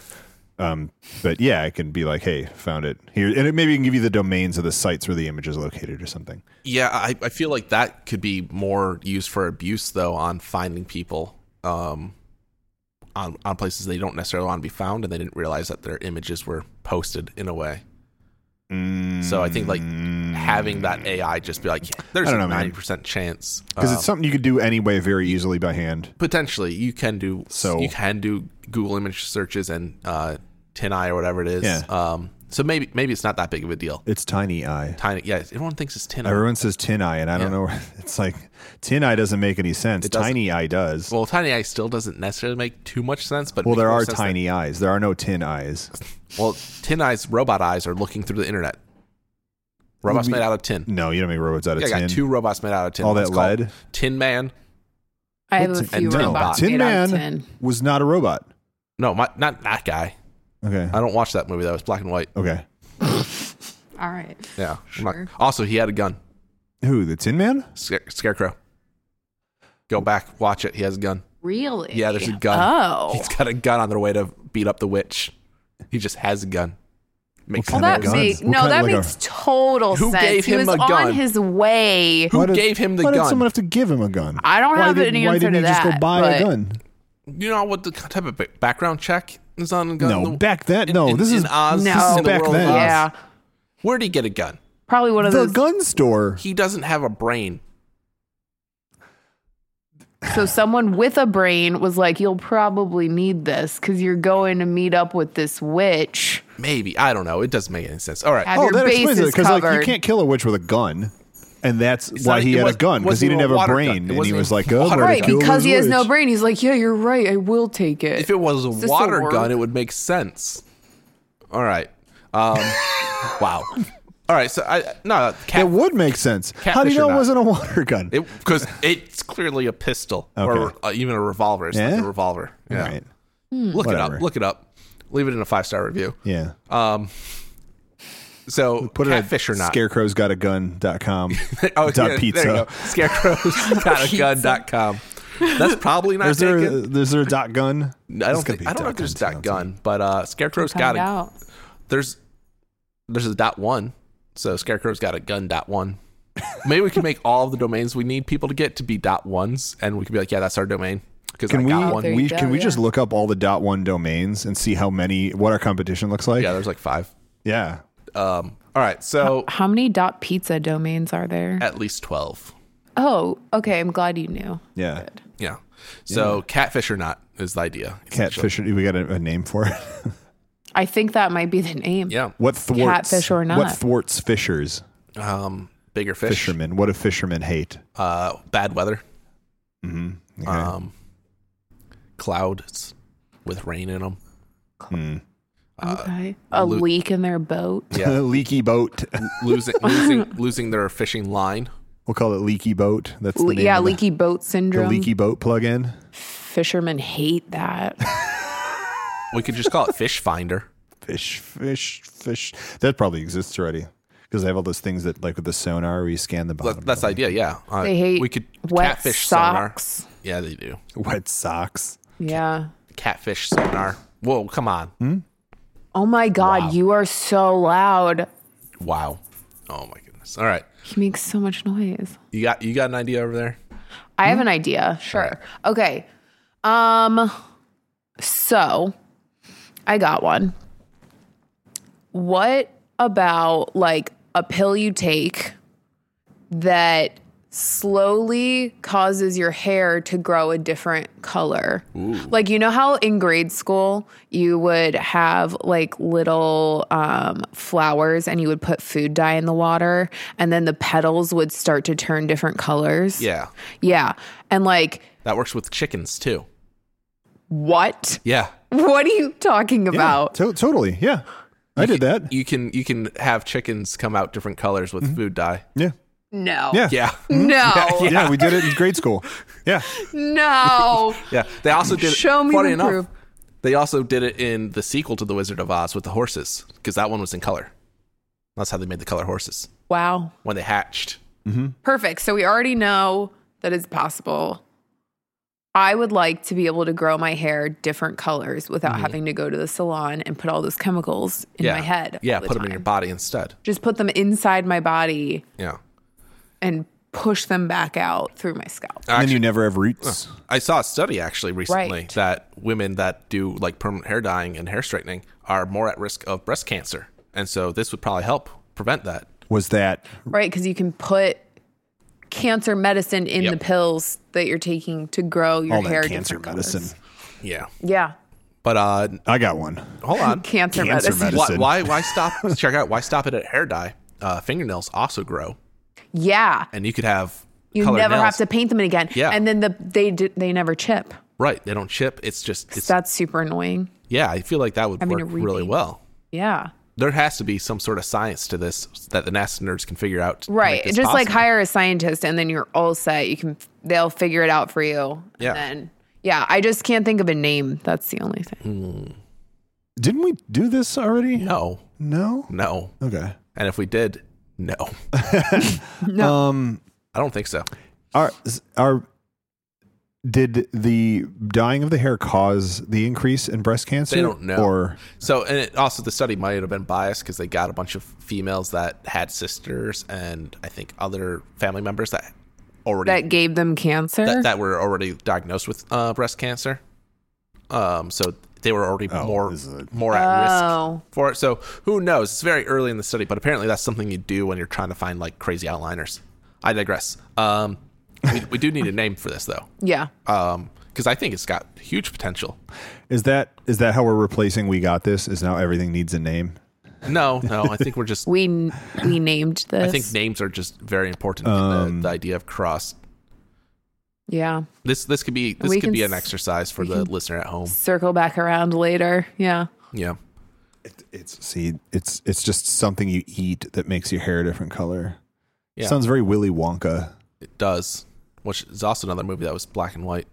S1: Um, but yeah, it can be like, hey, found it here, and it maybe can give you the domains of the sites where the image is located or something.
S2: Yeah, I, I feel like that could be more used for abuse though on finding people um, on on places they don't necessarily want to be found, and they didn't realize that their images were posted in a way. So I think like having that AI just be like,
S1: Mm.
S2: there's
S1: I
S2: a
S1: don't know, man.
S2: ninety percent chance
S1: Because it's something you could do anyway, very easily by hand.
S2: potentially you can do
S1: So-
S2: you can do Google image searches and uh, 10i or whatever it is.
S1: Yeah.
S2: Um, so maybe maybe it's not that big of a deal.
S1: It's tiny eye.
S2: Tiny, yeah. Everyone thinks it's 10i.
S1: Everyone says tin eye, and I don't
S2: Yeah.
S1: know. It's like tin eye doesn't make any sense.
S2: doesn't.
S1: Tiny eye does.
S2: well, tiny i still doesn't necessarily make too much sense, but it
S1: Well,
S2: makes
S1: there
S2: more
S1: are
S2: sense than-
S1: tiny eyes. There are no tin eyes.
S2: well, tin eyes, robot eyes are looking through the internet. Robots
S1: We-
S2: made out of tin.
S1: No, you don't make robots out of
S2: Yeah, I
S1: tin.
S2: got two robots made out of tin.
S1: All that
S2: One's called
S1: lead?
S2: Tin Man.
S3: I have a
S1: Tin-
S3: few
S2: and Tin
S3: robots.
S1: Tin
S3: made out
S1: Man
S3: of tin.
S1: was not a robot.
S2: No, my, not that guy.
S1: Okay.
S2: I don't watch that movie. That was black and white.
S1: Okay.
S3: All right.
S2: Yeah. I'm not-
S3: Sure.
S2: also, he had a gun.
S1: Who? The Tin Man?
S2: Scare- Scarecrow. Go back, watch it. He has a gun.
S3: Really?
S2: Yeah, there's a gun.
S3: Oh.
S2: He's got a gun on their way to beat up the witch. He just has a gun. Makes
S1: What
S3: Well,
S1: kind of
S2: sense.
S3: that
S1: guns?
S3: makes
S1: What
S3: no.
S1: kind-
S3: That
S1: like a-
S3: makes total
S2: Who
S3: sense.
S2: gave
S3: he
S2: him
S3: was
S2: a gun?
S3: on his way.
S2: Who gave him the
S1: why
S2: gun?
S1: Did someone have to give him a gun?
S3: I don't
S1: why
S3: have
S1: did,
S3: any
S1: Why
S3: answer
S1: didn't
S3: to
S1: he just go
S3: that,
S1: buy a
S3: but-
S1: gun?
S2: you know what the type of ba- background check is on a gun?
S1: No,
S2: in the-
S1: back then.
S2: in-
S1: no,
S2: in-
S1: this is
S2: in Oz.
S3: No.
S2: this is in the
S1: Back
S2: world of
S1: then.
S2: Oz.
S3: Yeah,
S2: Where did he get a gun?
S3: probably one of
S1: the
S3: those.
S1: gun store.
S2: He doesn't have a brain.
S3: So someone with a brain was like, "You'll probably need this because you're going to meet up with this witch.
S2: Maybe I don't know. It doesn't make any sense. All right.
S3: Have your
S1: Oh, that
S3: base
S1: explains it
S3: is
S1: because
S3: covered."
S1: like you can't kill a witch with a gun, and that's
S2: It's
S1: why
S2: not-
S1: he
S2: it
S1: had a
S2: was-
S1: gun because he
S2: wasn't
S1: didn't have a
S2: even a water
S1: brain,
S2: gun. It
S1: and he
S2: wasn't
S1: was
S2: even
S1: like, "Oh,
S2: water
S1: murder
S2: gun.
S3: right,
S1: kill
S3: because
S1: is
S3: he has no
S1: rich."
S3: brain. He's like, "Yeah, you're right. I will take it."
S2: if it was a
S3: this a
S2: water
S3: word?
S2: gun, it would make sense. All right. Um, wow. All right. So I no
S1: It
S2: cat
S1: would make sense. How do you
S2: Catfish or
S1: know it
S2: not?
S1: wasn't a water gun?
S2: because it's clearly a pistol
S1: Okay.
S2: or uh, even a revolver. It's
S1: Eh?
S2: not a revolver. Yeah.
S1: Right.
S3: Hmm.
S2: Look it
S1: Whatever.
S2: up. Look it up. Leave it in a five star review.
S1: Yeah.
S2: So
S1: Put it
S2: catfish
S1: at
S2: or not?
S1: scarecrowsgotagun.com.
S2: oh, yeah,
S1: dot
S2: there
S1: pizza.
S2: you go. Scarecrows.gun.com. That's probably not
S1: Is there,
S2: taken.
S1: is there a dot gun?
S2: I don't
S1: This could
S2: think,
S1: be
S2: I don't know if there's
S1: guns,
S2: a dot
S1: sounds
S2: gun, but uh, Scarecrow's got
S3: Find
S2: a
S3: out.
S2: there's there's a dot one, so Scarecrow's got a gun dot one. Maybe we can make all the domains we need people to get to be dot ones, and we can be like, yeah, that's our domain because I
S1: Can we,
S2: got one.
S3: there
S1: we
S3: you go,
S1: can we
S3: yeah.
S1: just look up all the dot one domains and see how many what our competition looks like?
S2: Yeah, there's like five.
S1: Yeah.
S2: Um, all right, so
S3: How many dot pizza domains are there?
S2: at least twelve.
S3: Oh, okay. I'm glad you knew.
S1: Yeah.
S2: Yeah. So catfish or not is the idea.
S1: Catfish. We got a, a name for it.
S3: I think that might be the name.
S2: Yeah.
S1: What thwarts
S3: Catfish or
S1: What
S3: not.
S1: thwarts fishers?
S2: Um, bigger fish.
S1: Fishermen. What do fishermen hate?
S2: Uh, bad weather.
S1: Mm-hmm. Okay.
S2: Um, clouds with rain in them.
S3: Okay. a
S2: Lu-
S3: leak in their boat.
S2: yeah.
S1: leaky boat.
S2: Losing losing losing their fishing line.
S1: We'll call it leaky boat. That's the
S3: Le-
S1: name
S3: yeah,
S1: of the-
S3: leaky boat
S1: the
S3: syndrome.
S1: leaky boat plug-in.
S3: Fishermen hate that.
S2: We could just call it fish finder.
S1: fish, fish, fish. That probably exists already because they have all those things that, like with the sonar, where you scan the bottom.
S2: That, that's the idea, yeah. Uh,
S3: They hate
S2: we could
S3: wet
S2: catfish
S3: socks.
S2: sonar. Yeah, they do.
S1: wet socks.
S3: Yeah.
S2: Catfish sonar. Whoa, come on.
S1: Hmm?
S3: Oh my God, you are so loud.
S2: Wow. Oh my goodness. All right.
S3: He makes so much noise.
S2: You got you got an idea over there?
S3: I have an idea. Sure. Okay. Um so I got one. What about like a pill you take that slowly causes your hair to grow a different color? Like you know how in grade school you would have like little um flowers and you would put food dye in the water and then the petals would start to turn different colors?
S2: Yeah.
S3: Yeah. And like,
S2: That works with chickens too.
S3: what?
S2: Yeah.
S3: What are you talking
S1: Yeah,
S3: about?
S1: to- totally. Yeah, I did that. Hmm?
S2: You can you can have chickens come out different colors with food dye.
S1: Yeah,
S3: No.
S1: yeah,
S2: Yeah.
S3: No.
S1: yeah. We did it in grade school. Yeah,
S3: No.
S2: Yeah. They also did
S3: Show
S2: it,
S3: me
S2: funny
S3: the
S2: enough,
S3: proof.
S2: They also did it in the sequel to The Wizard of Oz with the horses because that one was in color. That's how they made the color horses
S3: Wow.
S2: when they hatched.
S3: Perfect. So we already know that it's possible. I would like to be able to grow my hair different colors without having to go to the salon and put all those chemicals in
S2: yeah.
S3: my head.
S2: Yeah,
S3: all the
S2: put them in your
S3: time.
S2: body instead.
S3: Just put them inside my body
S2: Yeah.
S3: and push them back out through my scalp.
S1: and then you never have roots.
S2: I saw a study actually recently
S3: Right.
S2: that women that do like permanent hair dyeing and hair straightening are more at risk of breast cancer. And so this would probably help prevent that.
S1: Was that
S3: Right, because you can put cancer medicine in
S2: Yep.
S3: the pills that you're taking to grow your
S1: all
S3: hair.
S1: that cancer
S3: different
S1: medicine?
S3: colors.
S2: Yeah.
S3: Yeah,
S2: But uh
S1: I got one.
S2: hold on.
S3: cancer,
S1: Cancer
S3: medicine.
S1: medicine.
S2: why, why why stop check out why stop it at hair dye? Uh fingernails also grow
S3: Yeah,
S2: and you could have
S3: you
S2: colored
S3: never
S2: nails.
S3: have to paint them again.
S2: Yeah.
S3: and then the they d- they never chip.
S2: Right. They don't chip. It's just it's
S3: That's super annoying.
S2: yeah, I feel like that would
S3: Having
S2: work
S3: to
S2: really
S3: repaint.
S2: well.
S3: Yeah,
S2: There has to be some sort of science to this that the NASA nerds can figure out. to make
S3: right.
S2: this
S3: Just like
S2: possible.
S3: hire a scientist, and then you're all set. You can they'll figure it out for you.
S2: Yeah.
S3: And then, yeah, I just can't think of a name. That's the only
S2: Hmm.
S3: thing.
S1: Didn't we do this already?
S2: No,
S1: No.
S2: no.
S1: Okay.
S2: And if we did, No,
S1: Um,
S2: I don't think so.
S1: are are did the dyeing of the hair cause the increase in breast cancer?
S2: They don't know.
S1: Or
S2: So, and it, also the study might have been biased because they got a bunch of females that had sisters and I think other family members that already
S3: That gave them cancer.
S2: that, that were already diagnosed with uh, breast cancer. Um, so they were already more
S1: Oh, this is a-
S2: more at
S3: Oh.
S2: risk for it. So who knows? It's very early in the study, but apparently that's something you do when you're trying to find like crazy outliners. I digress. Um, we, we do need a name for this though,
S3: yeah.
S2: because I think it's got huge potential.
S1: is that is that how we're replacing? We got this. Is now everything needs a name?
S2: No, no, I think we're just
S3: We we named this.
S2: I think names are just very important.
S1: Um,
S2: the, the idea of cross.
S3: yeah.
S2: This this could be this
S3: We
S2: could
S3: can
S2: be an
S3: s-
S2: exercise for the listener at home.
S3: Circle back around later. Yeah.
S2: Yeah.
S1: It, it's see, it's it's just something you eat that makes your hair a different color.
S2: Yeah.
S1: Sounds very Willy Wonka.
S2: It does. Which is also another movie that was black and white.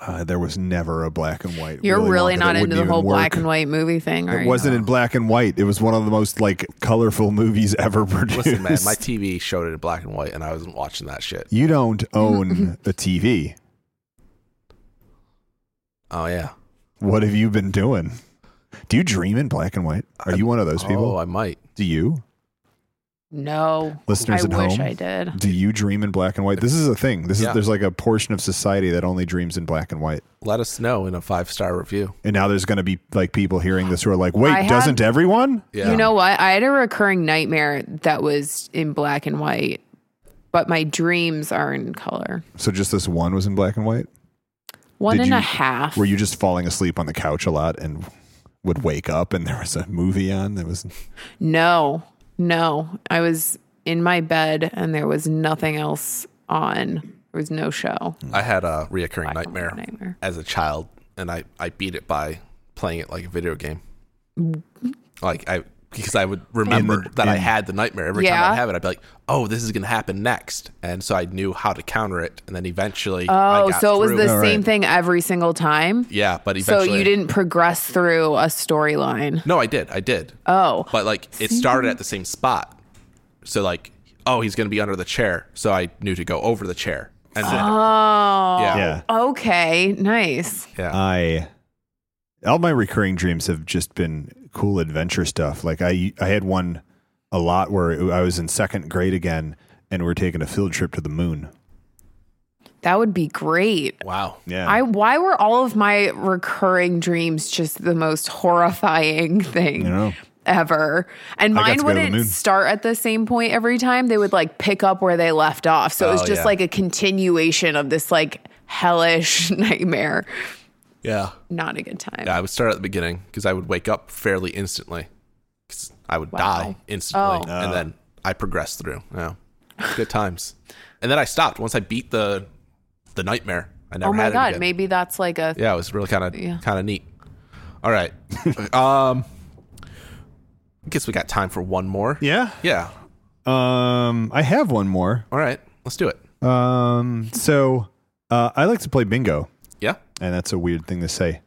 S1: Uh, there was never a black and white.
S3: You're
S1: Willy
S3: really
S1: Wonka
S3: not
S1: that
S3: into the
S1: wouldn't
S3: whole
S1: even
S3: black
S1: work.
S3: and white movie thing, are
S1: It
S3: you?
S1: wasn't in black and white. It was one of the most like colorful movies ever produced.
S2: Listen, man, my TV showed it in black and white and I wasn't watching that shit.
S1: you don't own a TV.
S2: Oh yeah.
S1: What have you been doing? Do you dream in black and white? Are you one of those people?
S2: Oh, I might.
S1: do you,
S3: No.
S1: listeners
S3: I
S1: at
S3: wish
S1: home?
S3: I did.
S1: Do you dream in black and white? This is a thing. This
S2: Yeah.
S1: is there's like a portion of society that only dreams in black and white.
S2: Let us know in a five star review.
S1: And now there's going to be like people hearing this who are like, "Wait,
S3: I had-
S1: doesn't everyone?"
S2: Yeah.
S3: You know what? I had a recurring nightmare that was in black and white, but my dreams are in color.
S1: So just this one was in black and white.
S3: One
S1: Did
S3: and a
S1: you-
S3: half.
S1: Were you just falling asleep on the couch a lot and would wake up and there was a movie on that was
S3: No, no. I was in my bed and there was nothing else on. There was no show.
S2: I had a reoccurring
S3: Black and white
S2: nightmare,
S3: nightmare.
S2: as a child and I, I beat it by playing it like a video game. Like I because I would remember that I
S1: in-
S2: had the nightmare every time
S3: Yeah.
S2: I'd have it. I'd be like, "Oh, this is going to happen next," and so I knew how to counter it. And then eventually, I
S3: Oh,
S2: got
S3: so it was
S2: through.
S3: the
S1: All
S3: same
S1: right.
S3: thing every single time.
S2: yeah, but
S3: So
S2: eventually
S3: you didn't progress through a storyline.
S2: No, I did. I did.
S3: Oh.
S2: But like it started at the same spot. So like, oh, he's going to be under the chair. So I knew to go over the chair. And then,
S3: Oh.
S2: yeah.
S1: yeah. Uh,
S3: Okay, nice.
S2: Yeah.
S1: I all my recurring dreams have just been cool adventure stuff. Like I I had one a lot where I was in second grade again and we're taking a field trip to the moon.
S3: That would be great.
S2: wow.
S1: Yeah.
S3: I why were all of my recurring dreams just the most horrifying thing
S1: you know.
S3: ever? And
S1: I got to
S3: mine
S1: go to the moon.
S3: wouldn't start at the same point every time. They would like pick up where they left off. So it was
S2: Oh,
S3: just
S2: yeah.
S3: like a continuation of this like hellish nightmare.
S2: Yeah.
S3: Not a good time.
S2: Yeah, I would start at the beginning because I would wake up fairly instantly. 'Cause I would die instantly,
S3: Oh.
S2: and then I progressed through. Yeah, good times. And then I stopped once I beat the the nightmare. I never
S3: oh my
S2: had it
S3: god,
S2: again.
S3: maybe that's like a
S2: Yeah, it was really kind of
S3: Yeah.
S2: kind of neat. All right, um, I guess we got time for one more.
S1: Yeah.
S2: yeah.
S1: Um I have one more.
S2: All right, let's do it.
S1: Um so uh I like to play bingo
S2: Yeah,
S1: and that's a weird thing to say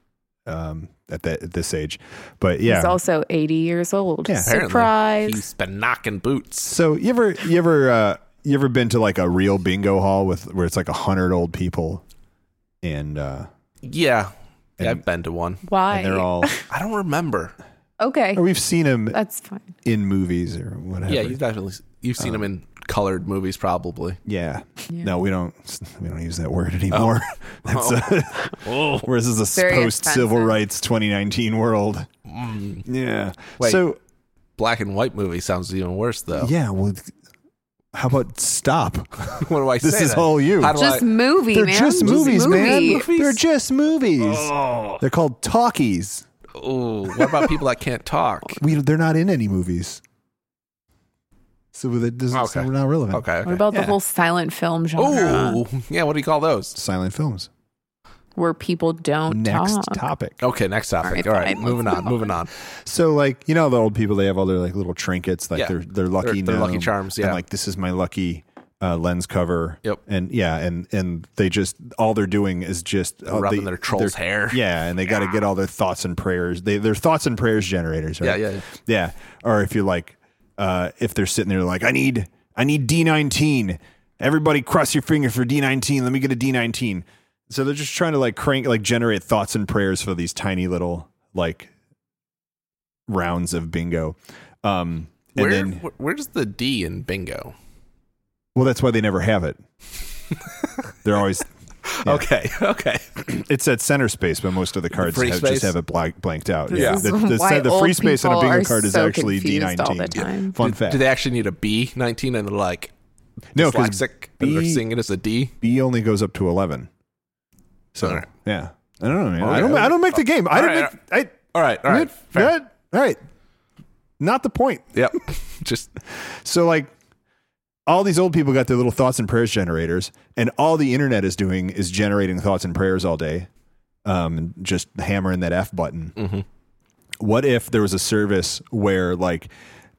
S1: um at that at this age. But yeah.
S3: he's also 80 years old.
S1: Yeah.
S2: apparently
S3: Surprise.
S2: he's been knocking boots.
S1: So you ever you ever uh, you ever been to like a real bingo hall with where it's like a hundred old people, and uh,
S2: Yeah, yeah I've been to one.
S1: and they're
S3: Why?
S1: all
S2: I don't remember.
S3: Okay.
S1: or we've seen them
S3: That's fine.
S1: in movies or whatever.
S2: Yeah, you've definitely you've seen him in colored movies, probably.
S1: Yeah. No, we don't we don't use that word anymore.
S2: Oh.
S1: That's a, whereas this is a
S3: Very
S1: post civil
S3: offensive.
S1: rights 2019 world. Yeah.
S2: Mm. Wait.
S1: So
S2: black and white movie sounds even worse though.
S1: yeah, well, how about stop?
S2: what do I say?
S1: This is
S2: then?
S1: all you.
S2: How do
S3: Just
S2: I,
S3: movie,
S1: They're
S3: man.
S1: just movies,
S3: movie.
S1: man. They're just movies.
S2: Oh.
S1: They're called talkies.
S2: ooh, what about people that can't talk?
S1: we they're not in any movies. So that doesn't
S2: Okay.
S1: so we're not relevant.
S2: Okay. okay.
S3: What about
S1: Yeah.
S3: the whole silent film genre
S2: Ooh, yeah. What do you call those?
S1: Silent films.
S3: where people don't
S1: Next
S3: talk?
S1: topic.
S2: Okay, next topic. All
S3: All
S2: right,
S3: right, fine,
S2: moving
S3: let's
S2: on. Moving on.
S1: So like you know the old people they have all their like little trinkets like
S2: Yeah.
S1: their their lucky
S2: Their- their lucky
S1: gnome,
S2: charms, yeah.
S1: and like this is my lucky uh, lens cover.
S2: Yep.
S1: And yeah, and and they just all they're doing is just uh,
S2: Rubbing
S1: they-
S2: their troll's hair.
S1: Yeah, and they got to get all their thoughts and prayers. They their thoughts and prayers generators. Right?
S2: Yeah, yeah,
S1: yeah. Or if you're like uh, if they're sitting there like, I need, I need D19. Everybody cross your finger for D19. Let me get a D19. So they're just trying to like crank, like generate thoughts and prayers for these tiny little like rounds of bingo. Um, and
S2: Where,
S1: then,
S2: wh- where's the D in bingo?
S1: well, that's why they never have it. they're always,
S2: Okay, okay.
S1: it's at center space, but most of the cards
S2: free
S1: have,
S2: space?
S1: just have it blank, blanked out.
S3: This
S1: yeah,
S3: is
S1: the, the,
S3: why
S1: the free
S3: old
S1: space on a
S3: people
S1: bingo
S3: are
S1: card is
S3: so
S1: actually D19.
S3: confused all the time.
S1: Fun
S2: Do-
S1: fact.
S2: Do they actually need a B nineteen and they're like
S1: no, because
S2: dyslexic and they're
S1: B-
S2: seeing it as a D?
S1: B only goes up to eleven. So
S2: All right.
S1: yeah, I don't know, man. I
S2: Okay,
S1: don't.
S2: okay.
S1: I don't make the game. I
S2: All
S1: don't
S2: right,
S1: make. I,
S2: All right, all right.
S1: that-
S2: fair.
S1: that- all right. Not the point.
S2: Yep. Just
S1: So like, all these old people got their little thoughts and prayers generators, and all the internet is doing is generating thoughts and prayers all day, um, and just hammering that F button. What if there was a service where like.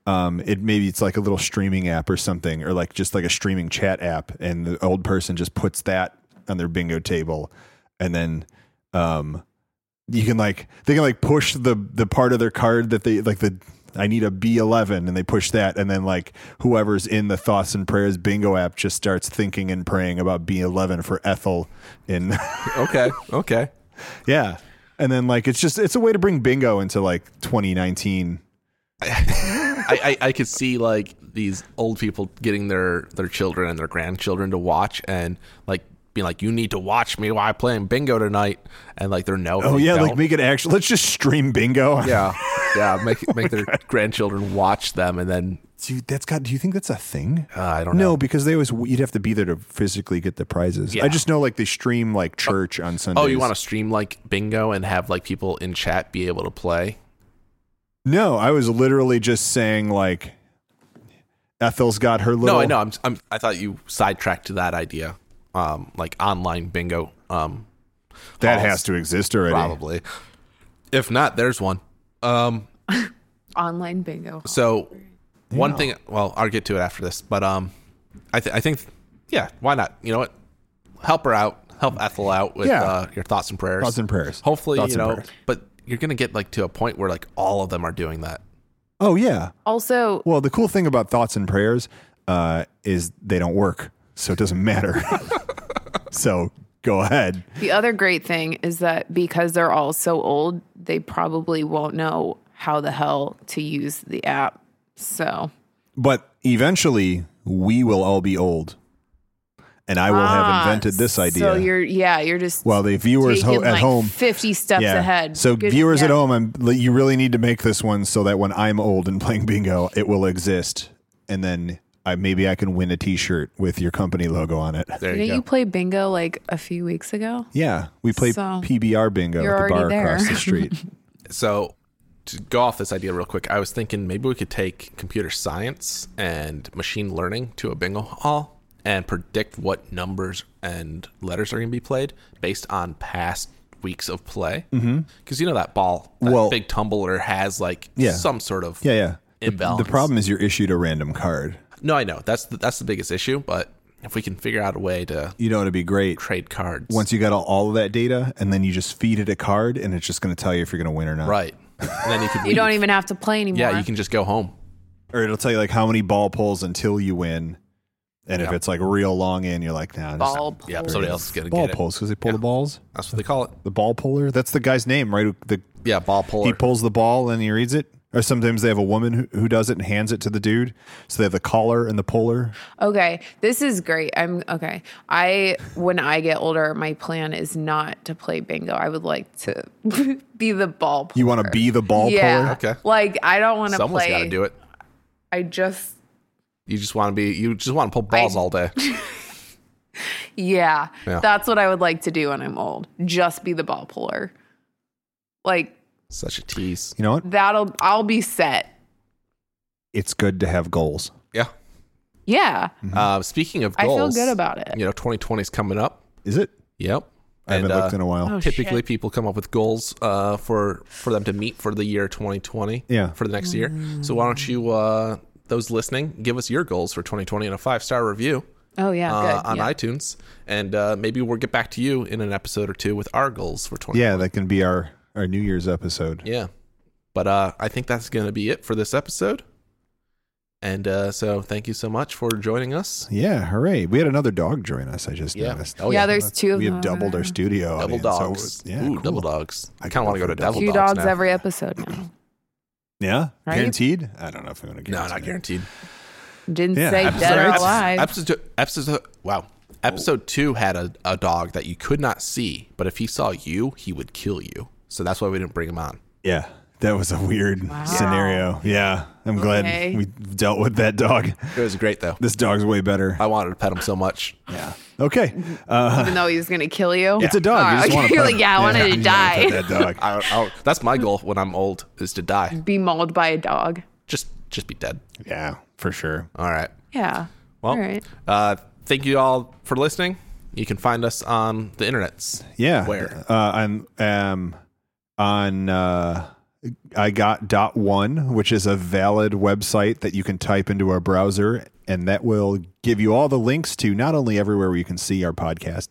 S1: Um, it maybe it's like a little streaming app or something, or like just like a streaming chat app, and the old person just puts that on their bingo table, and then um, you can like they can like push the the part of their card that they like the I need a B11 and they push that and then like whoever's in the thoughts and prayers bingo app just starts thinking and praying about B11 for Ethel in
S2: okay, okay.
S1: yeah and then like it's just it's a way to bring bingo into like 2019
S2: I, I, I could see like these old people getting their their children and their grandchildren to watch and like being like, you need to watch me while I'm playing bingo tonight, and like they're no.
S1: oh
S2: they
S1: yeah like
S2: don't.
S1: make it actually let's just stream bingo
S2: Yeah, yeah. Make make their grandchildren watch them, and then
S1: dude that's got do you think that's a thing
S2: uh, I don't
S1: no
S2: know.
S1: because they always you'd have to be there to physically get the prizes
S2: Yeah.
S1: I just know like they stream like church on Sundays
S2: Oh, you want to stream like bingo and have like people in chat be able to play?
S1: No, I was literally just saying like Ethel's got her little.
S2: No, I know. I'm, I'm. I thought you sidetracked to that idea, um, like online bingo. Um,
S1: That
S2: halls,
S1: has to exist already.
S2: probably. If not, there's one. Um,
S3: Online bingo.
S2: So one thing, well, I'll get to it after this, but um, I th- I think, yeah, why not? You know what? Help her out. Help Ethel out with
S1: Yeah.
S2: uh, your thoughts and prayers.
S1: Thoughts and prayers.
S2: Hopefully,
S1: Thoughts
S2: you
S1: and
S2: know.
S1: prayers.
S2: But you're gonna get like to a point where like all of them are doing that.
S1: Oh yeah.
S3: Also,
S1: Well, the cool thing about thoughts and prayers uh, is they don't work, so it doesn't matter. so go ahead.
S3: the other great thing is that because they're all so old, they probably won't know how the hell to use the app. So
S1: But eventually, we will all be old, and I will have
S3: Ah,
S1: invented this idea.
S3: So you're yeah, you're just
S1: While the viewers ho-
S3: taking,
S1: at
S3: like,
S1: home.
S3: fifty steps ahead.
S1: So
S3: Good-
S1: viewers
S3: yeah.
S1: at home, I'm, you really need to make this one so that when I'm old and playing bingo, it will exist, and then I maybe I can win a T-shirt with your company logo on it.
S2: There
S3: Didn't
S2: you go.
S3: you play bingo like a few weeks ago?
S1: Yeah, we play
S3: So,
S1: PBR bingo
S3: you're
S1: at the bar
S3: already there.
S1: across the street.
S2: so to go off this idea real quick, I was thinking maybe we could take computer science and machine learning to a bingo hall and predict what numbers and letters are going to be played based on past weeks of play. Because you know that ball, that
S1: Mm-hmm. Well-
S2: big tumbler has like some sort of
S1: yeah, yeah. The-
S2: imbalance.
S1: The problem is you're issued a random card.
S2: No, I know that's the, that's the biggest issue, but if we can figure out a way to
S1: You know it'd be great
S2: trade cards,
S1: once you got all, all of that data, and then you just feed it a card, and it's just going to tell you if you're going to win or not.
S2: right? And then you could
S3: You don't even have to play anymore.
S2: yeah, you can just go home.
S1: Or it'll tell you like how many ball pulls until you win, and if
S2: Yeah.
S1: it's like real long in, you're like, nah, just-
S3: ball.
S2: Yeah,
S3: pull.
S2: somebody else is gonna
S1: ball
S2: get
S1: pulls because they pull the balls.
S2: it. That's what they call it.
S1: The ball puller. That's the guy's name, right? The
S2: Yeah, ball puller.
S1: he pulls the ball and he reads it. Or sometimes they have a woman who, who does it and hands it to the dude. So they have the caller and the puller.
S3: Okay, this is great. I'm okay. I when I get older, my plan is not to play bingo. I would like to be the ball. Puller.
S1: You want to be the ball
S3: yeah.
S1: puller?
S2: Okay.
S3: Like I don't want to
S2: Someone's
S3: play.
S2: got to do it.
S3: I just
S2: You just want to be. You just want to pull balls
S3: I-
S2: all day.
S3: yeah,
S2: Yeah.
S3: That's what I would like to do when I'm old. Just be the ball puller. Like
S2: Such a tease.
S1: You know what?
S3: that'll I'll be set.
S1: It's good to have goals.
S2: Yeah.
S3: Yeah.
S1: Mm-hmm.
S2: Uh, speaking of
S3: I feel
S2: goals,
S3: good about it.
S2: You know, 2020 is coming up.
S1: Is it?
S2: Yep.
S1: I haven't
S2: uh,
S1: looked in a while.
S3: Oh,
S2: Typically, people come up with goals uh, for for them to meet for the year 2020.
S1: Yeah.
S2: For the next year. So why don't you, uh, those listening, give us your goals for 2020 in a five star review
S3: Oh yeah,
S2: uh,
S3: good.
S2: on
S3: yeah.
S2: iTunes, and uh, maybe we'll get back to you in an episode or two with our goals for 2020.
S1: Yeah, that can be our, our New Year's episode.
S2: Yeah. But uh, I think that's going to be it for this episode. And uh, so, thank you so much for joining us.
S1: Yeah, hooray! We had another dog join us. I just
S2: Yeah.
S1: noticed.
S2: Oh,
S1: Oh,
S2: yeah.
S3: yeah, there's two of
S1: we
S3: them.
S1: have doubled our studio.
S2: Double
S1: audience, so
S2: dogs.
S1: it's- yeah,
S2: Ooh,
S1: cool.
S2: double dogs. I
S1: I
S2: kind of want to go to
S1: could go for
S2: double
S3: Two
S2: dogs.
S3: dogs
S2: now.
S3: every episode now.
S1: Yeah,
S3: Right?
S1: guaranteed. I don't know if I'm going to guarantee.
S2: No, not
S1: that.
S2: guaranteed.
S3: Didn't
S1: Yeah,
S3: say
S1: episode-
S3: dead or
S1: episode-
S3: alive.
S2: Episode, episode, wow. Episode two had a, a dog that you could not see, but if he saw you, he would kill you. So that's why we didn't bring him on.
S1: Yeah, that was a weird scenario. Yeah, I'm
S3: Okay.
S1: glad we dealt with that dog.
S2: It was great though.
S1: This dog's way better.
S2: I wanted to pet him so much.
S1: Yeah. Okay.
S3: even though he was gonna kill you.
S1: It's a dog.
S3: Oh,
S1: You just wanna
S3: you're
S1: pet
S3: like,
S1: him.
S3: yeah, I wanted
S1: you
S3: to
S1: wanna
S3: die.
S1: pet That dog.
S2: I, I, that's my goal when I'm old is to die.
S3: Be mauled by a dog.
S2: Just, just be dead.
S1: yeah, for sure.
S2: All right.
S3: Yeah.
S2: Well,
S3: All right.
S2: uh, thank you all for listening. You can find us on the internets.
S1: Yeah.
S2: Where?
S1: Uh, I'm um, on. Uh, I got dot one, which is a valid website that you can type into our browser, and that will give you all the links to not only everywhere where you can see our podcast,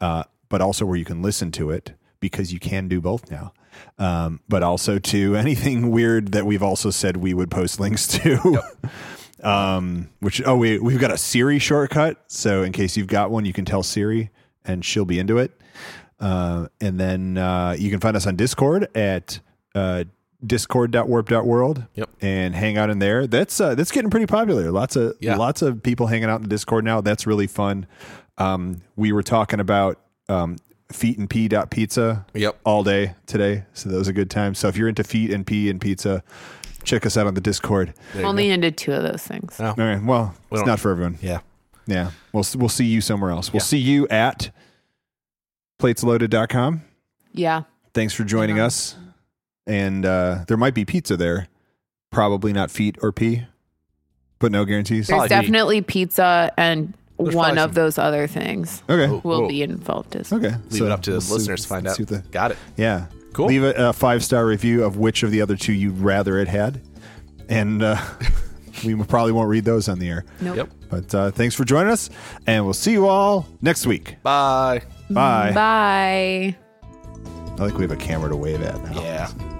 S1: uh, but also where you can listen to it because you can do both now. Um, but also to anything weird that we've also said we would post links to. um, which oh we we've got a Siri shortcut, so in case you've got one, you can tell Siri and she'll be into it. Uh, and then uh, you can find us on Discord at uh, discord.warp.world.
S2: Yep.
S1: And hang out in there. That's uh, that's getting pretty popular. Lots of
S2: Yeah.
S1: lots of people hanging out in the Discord now. That's really fun. Um, we were talking about um, feet and pee dot pizza.
S2: Yep.
S1: All day today, so that was a good time. So if you're into feet and pee and pizza, check us out on the Discord.
S3: Only into two of those things.
S1: All right. Well,
S2: We
S1: it's
S2: don't-
S1: not for everyone.
S2: Yeah.
S1: Yeah. We'll we'll see you somewhere else. We'll
S2: Yeah.
S1: see you at platesloaded.com.
S3: Yeah.
S1: Thanks for joining
S3: Yeah.
S1: us. And uh, there might be pizza there. Probably not feet or pee, but no guarantees.
S3: There's
S2: Probably-
S3: definitely pizza and
S2: There's
S3: one
S2: probably
S3: of
S2: some-
S3: those other things
S1: Okay.
S2: Oh.
S3: will
S2: Whoa.
S3: be involved as
S1: Okay.
S2: Leave
S1: So
S2: it up to the
S1: we'll see-
S2: listeners to find
S1: let's
S2: out.
S1: see what the-
S2: Got it.
S1: yeah.
S2: Cool.
S1: Leave a, a five star review of which of the other two you'd rather it had. And uh, we probably won't read those on the air.
S3: Nope.
S2: Yep.
S1: But uh, thanks for joining us. And we'll see you all next week.
S2: Bye.
S1: Bye.
S3: Bye.
S1: I think we have a camera to wave at now.
S2: Yeah.